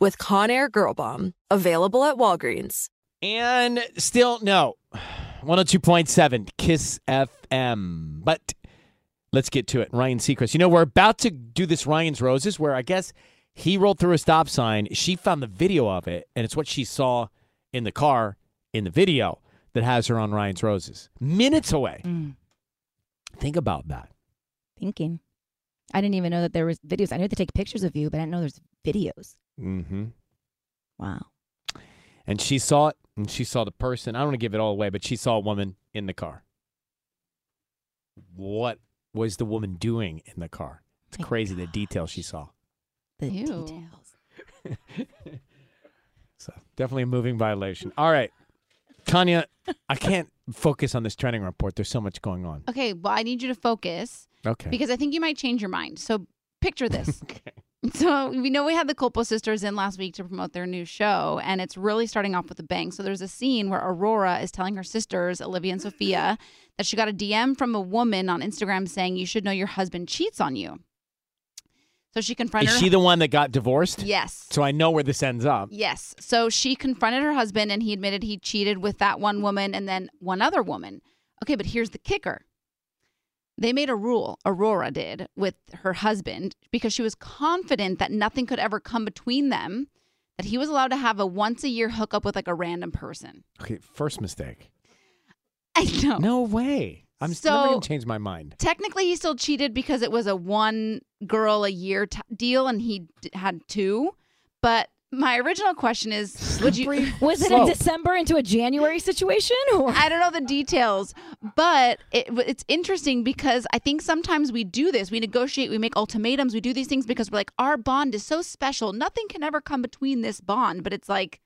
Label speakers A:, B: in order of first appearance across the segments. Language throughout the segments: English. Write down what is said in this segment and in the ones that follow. A: with Conair Girl Bomb, available at Walgreens.
B: And still no. 102.7 Kiss FM. But let's get to it. Ryan Seacrest. You know, we're about to do this Ryan's Roses where I guess he rolled through a stop sign. She found the video of it, and it's what she saw in the car in the video that has her on Ryan's Roses. Minutes away.
C: Mm.
B: Think about that.
C: Thinking. I didn't even know that there was videos. I knew they take pictures of you, but I didn't know there's videos.
B: Mm-hmm.
C: Wow.
B: And she saw it, and she saw the person. I don't want to give it all away, but she saw a woman in the car. What was the woman doing in the car? It's
C: My
B: crazy the detail she saw.
C: The
D: Ew.
C: details.
B: So definitely a moving violation. All right, Tanya, I can't focus on this trending report. There's so much going on.
D: Okay, well, I need you to focus
B: Okay.
D: because I think you might change your mind. So picture this.
B: okay.
D: so we know we had the Culpo sisters in last week to promote their new show, and it's really starting off with a bang. So there's a scene where Aurora is telling her sisters, Olivia and Sophia, that she got a DM from a woman on Instagram saying, You should know your husband cheats on you. So she confronted
B: Is
D: her-
B: she the one that got divorced?
D: Yes.
B: So I know where this ends up.
D: Yes. So she confronted her husband and he admitted he cheated with that one woman and then one other woman. Okay, but here's the kicker. They made a rule, Aurora did, with her husband because she was confident that nothing could ever come between them, that he was allowed to have a once a year hookup with like a random person.
B: Okay, first mistake.
D: I know.
B: No way. I'm still never
D: Oh. So-
B: gonna change my mind.
D: Technically, he still cheated because it was a one girl a year t- deal and he d- had two. But my original question is would you.
C: Was it
B: Slow.
C: a December into a January situation? Or?
D: I don't know the details, but it, it's interesting because I think sometimes we do this. We negotiate, we make ultimatums, we do these things because we're like, our bond is so special. Nothing can ever come between this bond. But it's like,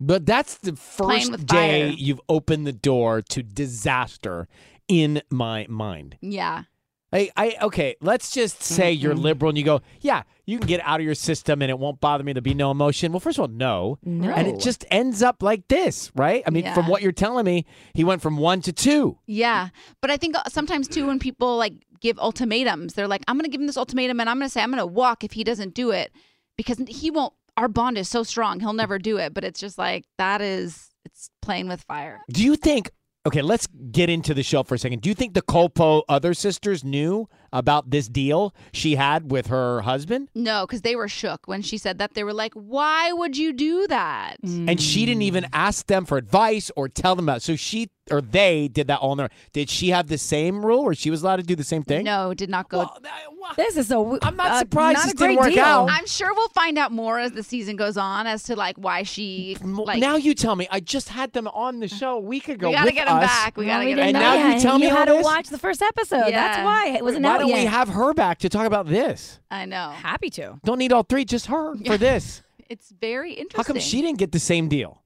B: But that's the
D: Playing
B: first
D: with
B: day
D: fire.
B: you've opened the door to disaster in my mind.
D: yeah,
B: I, I okay, let's just say
D: Mm-hmm.
B: you're liberal and you go, yeah, you can get out of your system and it won't bother me. There'll be no emotion. Well, first of all, no.
C: No.
B: And it just ends up like this, right? I mean, from
D: Yeah.
B: what you're telling me, he went from one to two.
D: yeah. But I think uh, sometimes too, when people like give ultimatums, they're like, I'm going to give him this ultimatum and I'm going to say, I'm going to walk if he doesn't do it because he won't. Our bond is so strong, he'll never do it. But it's just like, that is, it's playing with fire.
B: Do you think? Okay, let's get into the show for a second. Do you think the Colpo other sisters knew about this deal she had with her husband,
D: No, because they were shook when she said that. They were like, "Why would you do that?"
B: and she didn't even ask them for advice or tell them about? It. So she or they did that all on their. Did she have the same rule, or she was allowed to do the same thing?
D: No, did not go.
B: Well, I- well,
C: This is a. w-
B: I'm not
C: uh,
B: surprised
C: not
B: this
C: a
B: didn't
C: great
B: work
C: deal.
B: out.
D: I'm sure we'll find out more as the season goes on as to like why she
B: m-
D: like.
B: now you tell me. I just had them on the show a week ago.
D: we gotta
B: with
D: get him
B: us.
D: back. We
C: Well,
D: gotta
C: we
D: get him
B: didn't And
C: didn't
D: back.
B: now
C: know
B: you
C: yet.
B: tell me
C: you
B: all
C: had
B: this?
C: to watch the first episode.
D: Yeah.
C: That's why it wasn't
B: Why
C: out
B: don't
C: yet.
B: we have her back to talk about this?
D: I know
C: Happy to.
B: Don't need all three, just her for this.
D: it's very interesting.
B: How come she didn't get the same deal?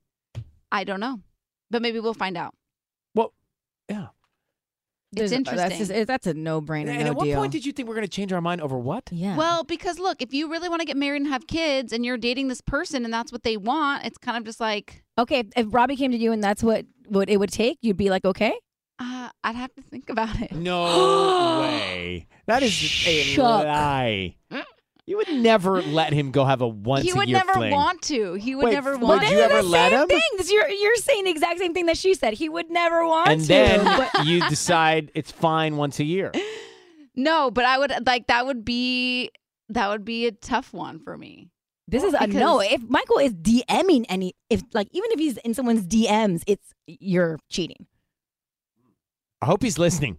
D: I don't know, but maybe we'll find out.
B: Well, yeah.
C: There's-
D: It's
C: That's,
D: interesting.
C: just- that's a no-brainer.
B: and
C: no
B: at what
C: deal.
B: point did you think we're going to change our mind over what?
C: yeah.
D: Well, because look, if you really want to get married and have kids and you're dating this person and that's what they want, it's kind of just like,
C: okay, if, if Robbie came to you and that's what what it would take, you'd be like, okay,
D: uh, I'd have to think about it.
B: No way. That is a
C: Shook. Mm.
B: lie. You would never let him go have a once
D: he
B: a
D: would
B: year
D: never
B: fling.
D: want to. He would
B: Wait,
D: never
B: would
D: want
B: you
D: to.
B: ever let
C: same
B: him?
C: thing. This- You're you're saying the exact same thing that she said. He would never want
B: and
C: to.
B: then
C: but-
B: you decide it's fine once a year.
D: No, but I would like that would be that would be a tough one for me.
C: this is a no. If Michael is DMing any, if like even if he's in someone's DMs, it's you're cheating.
B: I hope he's listening.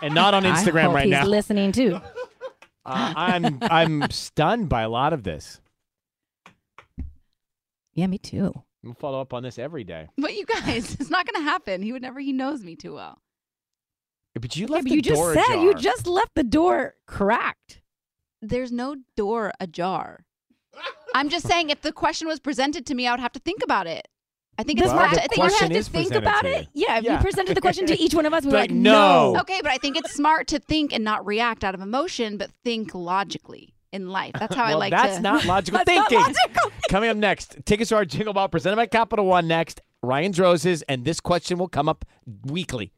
B: And not on
C: I
B: Instagram
C: hope
B: right
C: he's
B: now.
C: listening too.
B: Uh, I'm I'm stunned by a lot of this.
C: Yeah, me too.
B: We'll follow up on this every day.
D: But you guys, it's not gonna happen. He would never he knows me too well.
B: But you left
C: but
B: the
C: you just
B: door
C: said you
B: ajar.
C: just left the door cracked.
D: There's no door ajar. I'm just saying if the question was presented to me, I would have to think about it. I think it's
B: Well,
D: more
B: the
D: I think
C: you
B: question
C: have to
B: is
C: think
B: presented
C: about
B: to
C: it.
B: you.
C: Yeah, if
B: Yeah.
C: you presented the question to each one of us, we were
B: Like,
C: like,
B: no.
C: no.
D: Okay, but I think it's smart to think and not react out of emotion, but think logically in life. That's how I
B: well,
D: like
B: that's
D: to.
B: not logical
C: That's not
B: thinking.
C: logical.
B: Coming up next, tickets to our Jingle Ball presented by Capital One next. Ryan's Roses, and this question will come up weekly.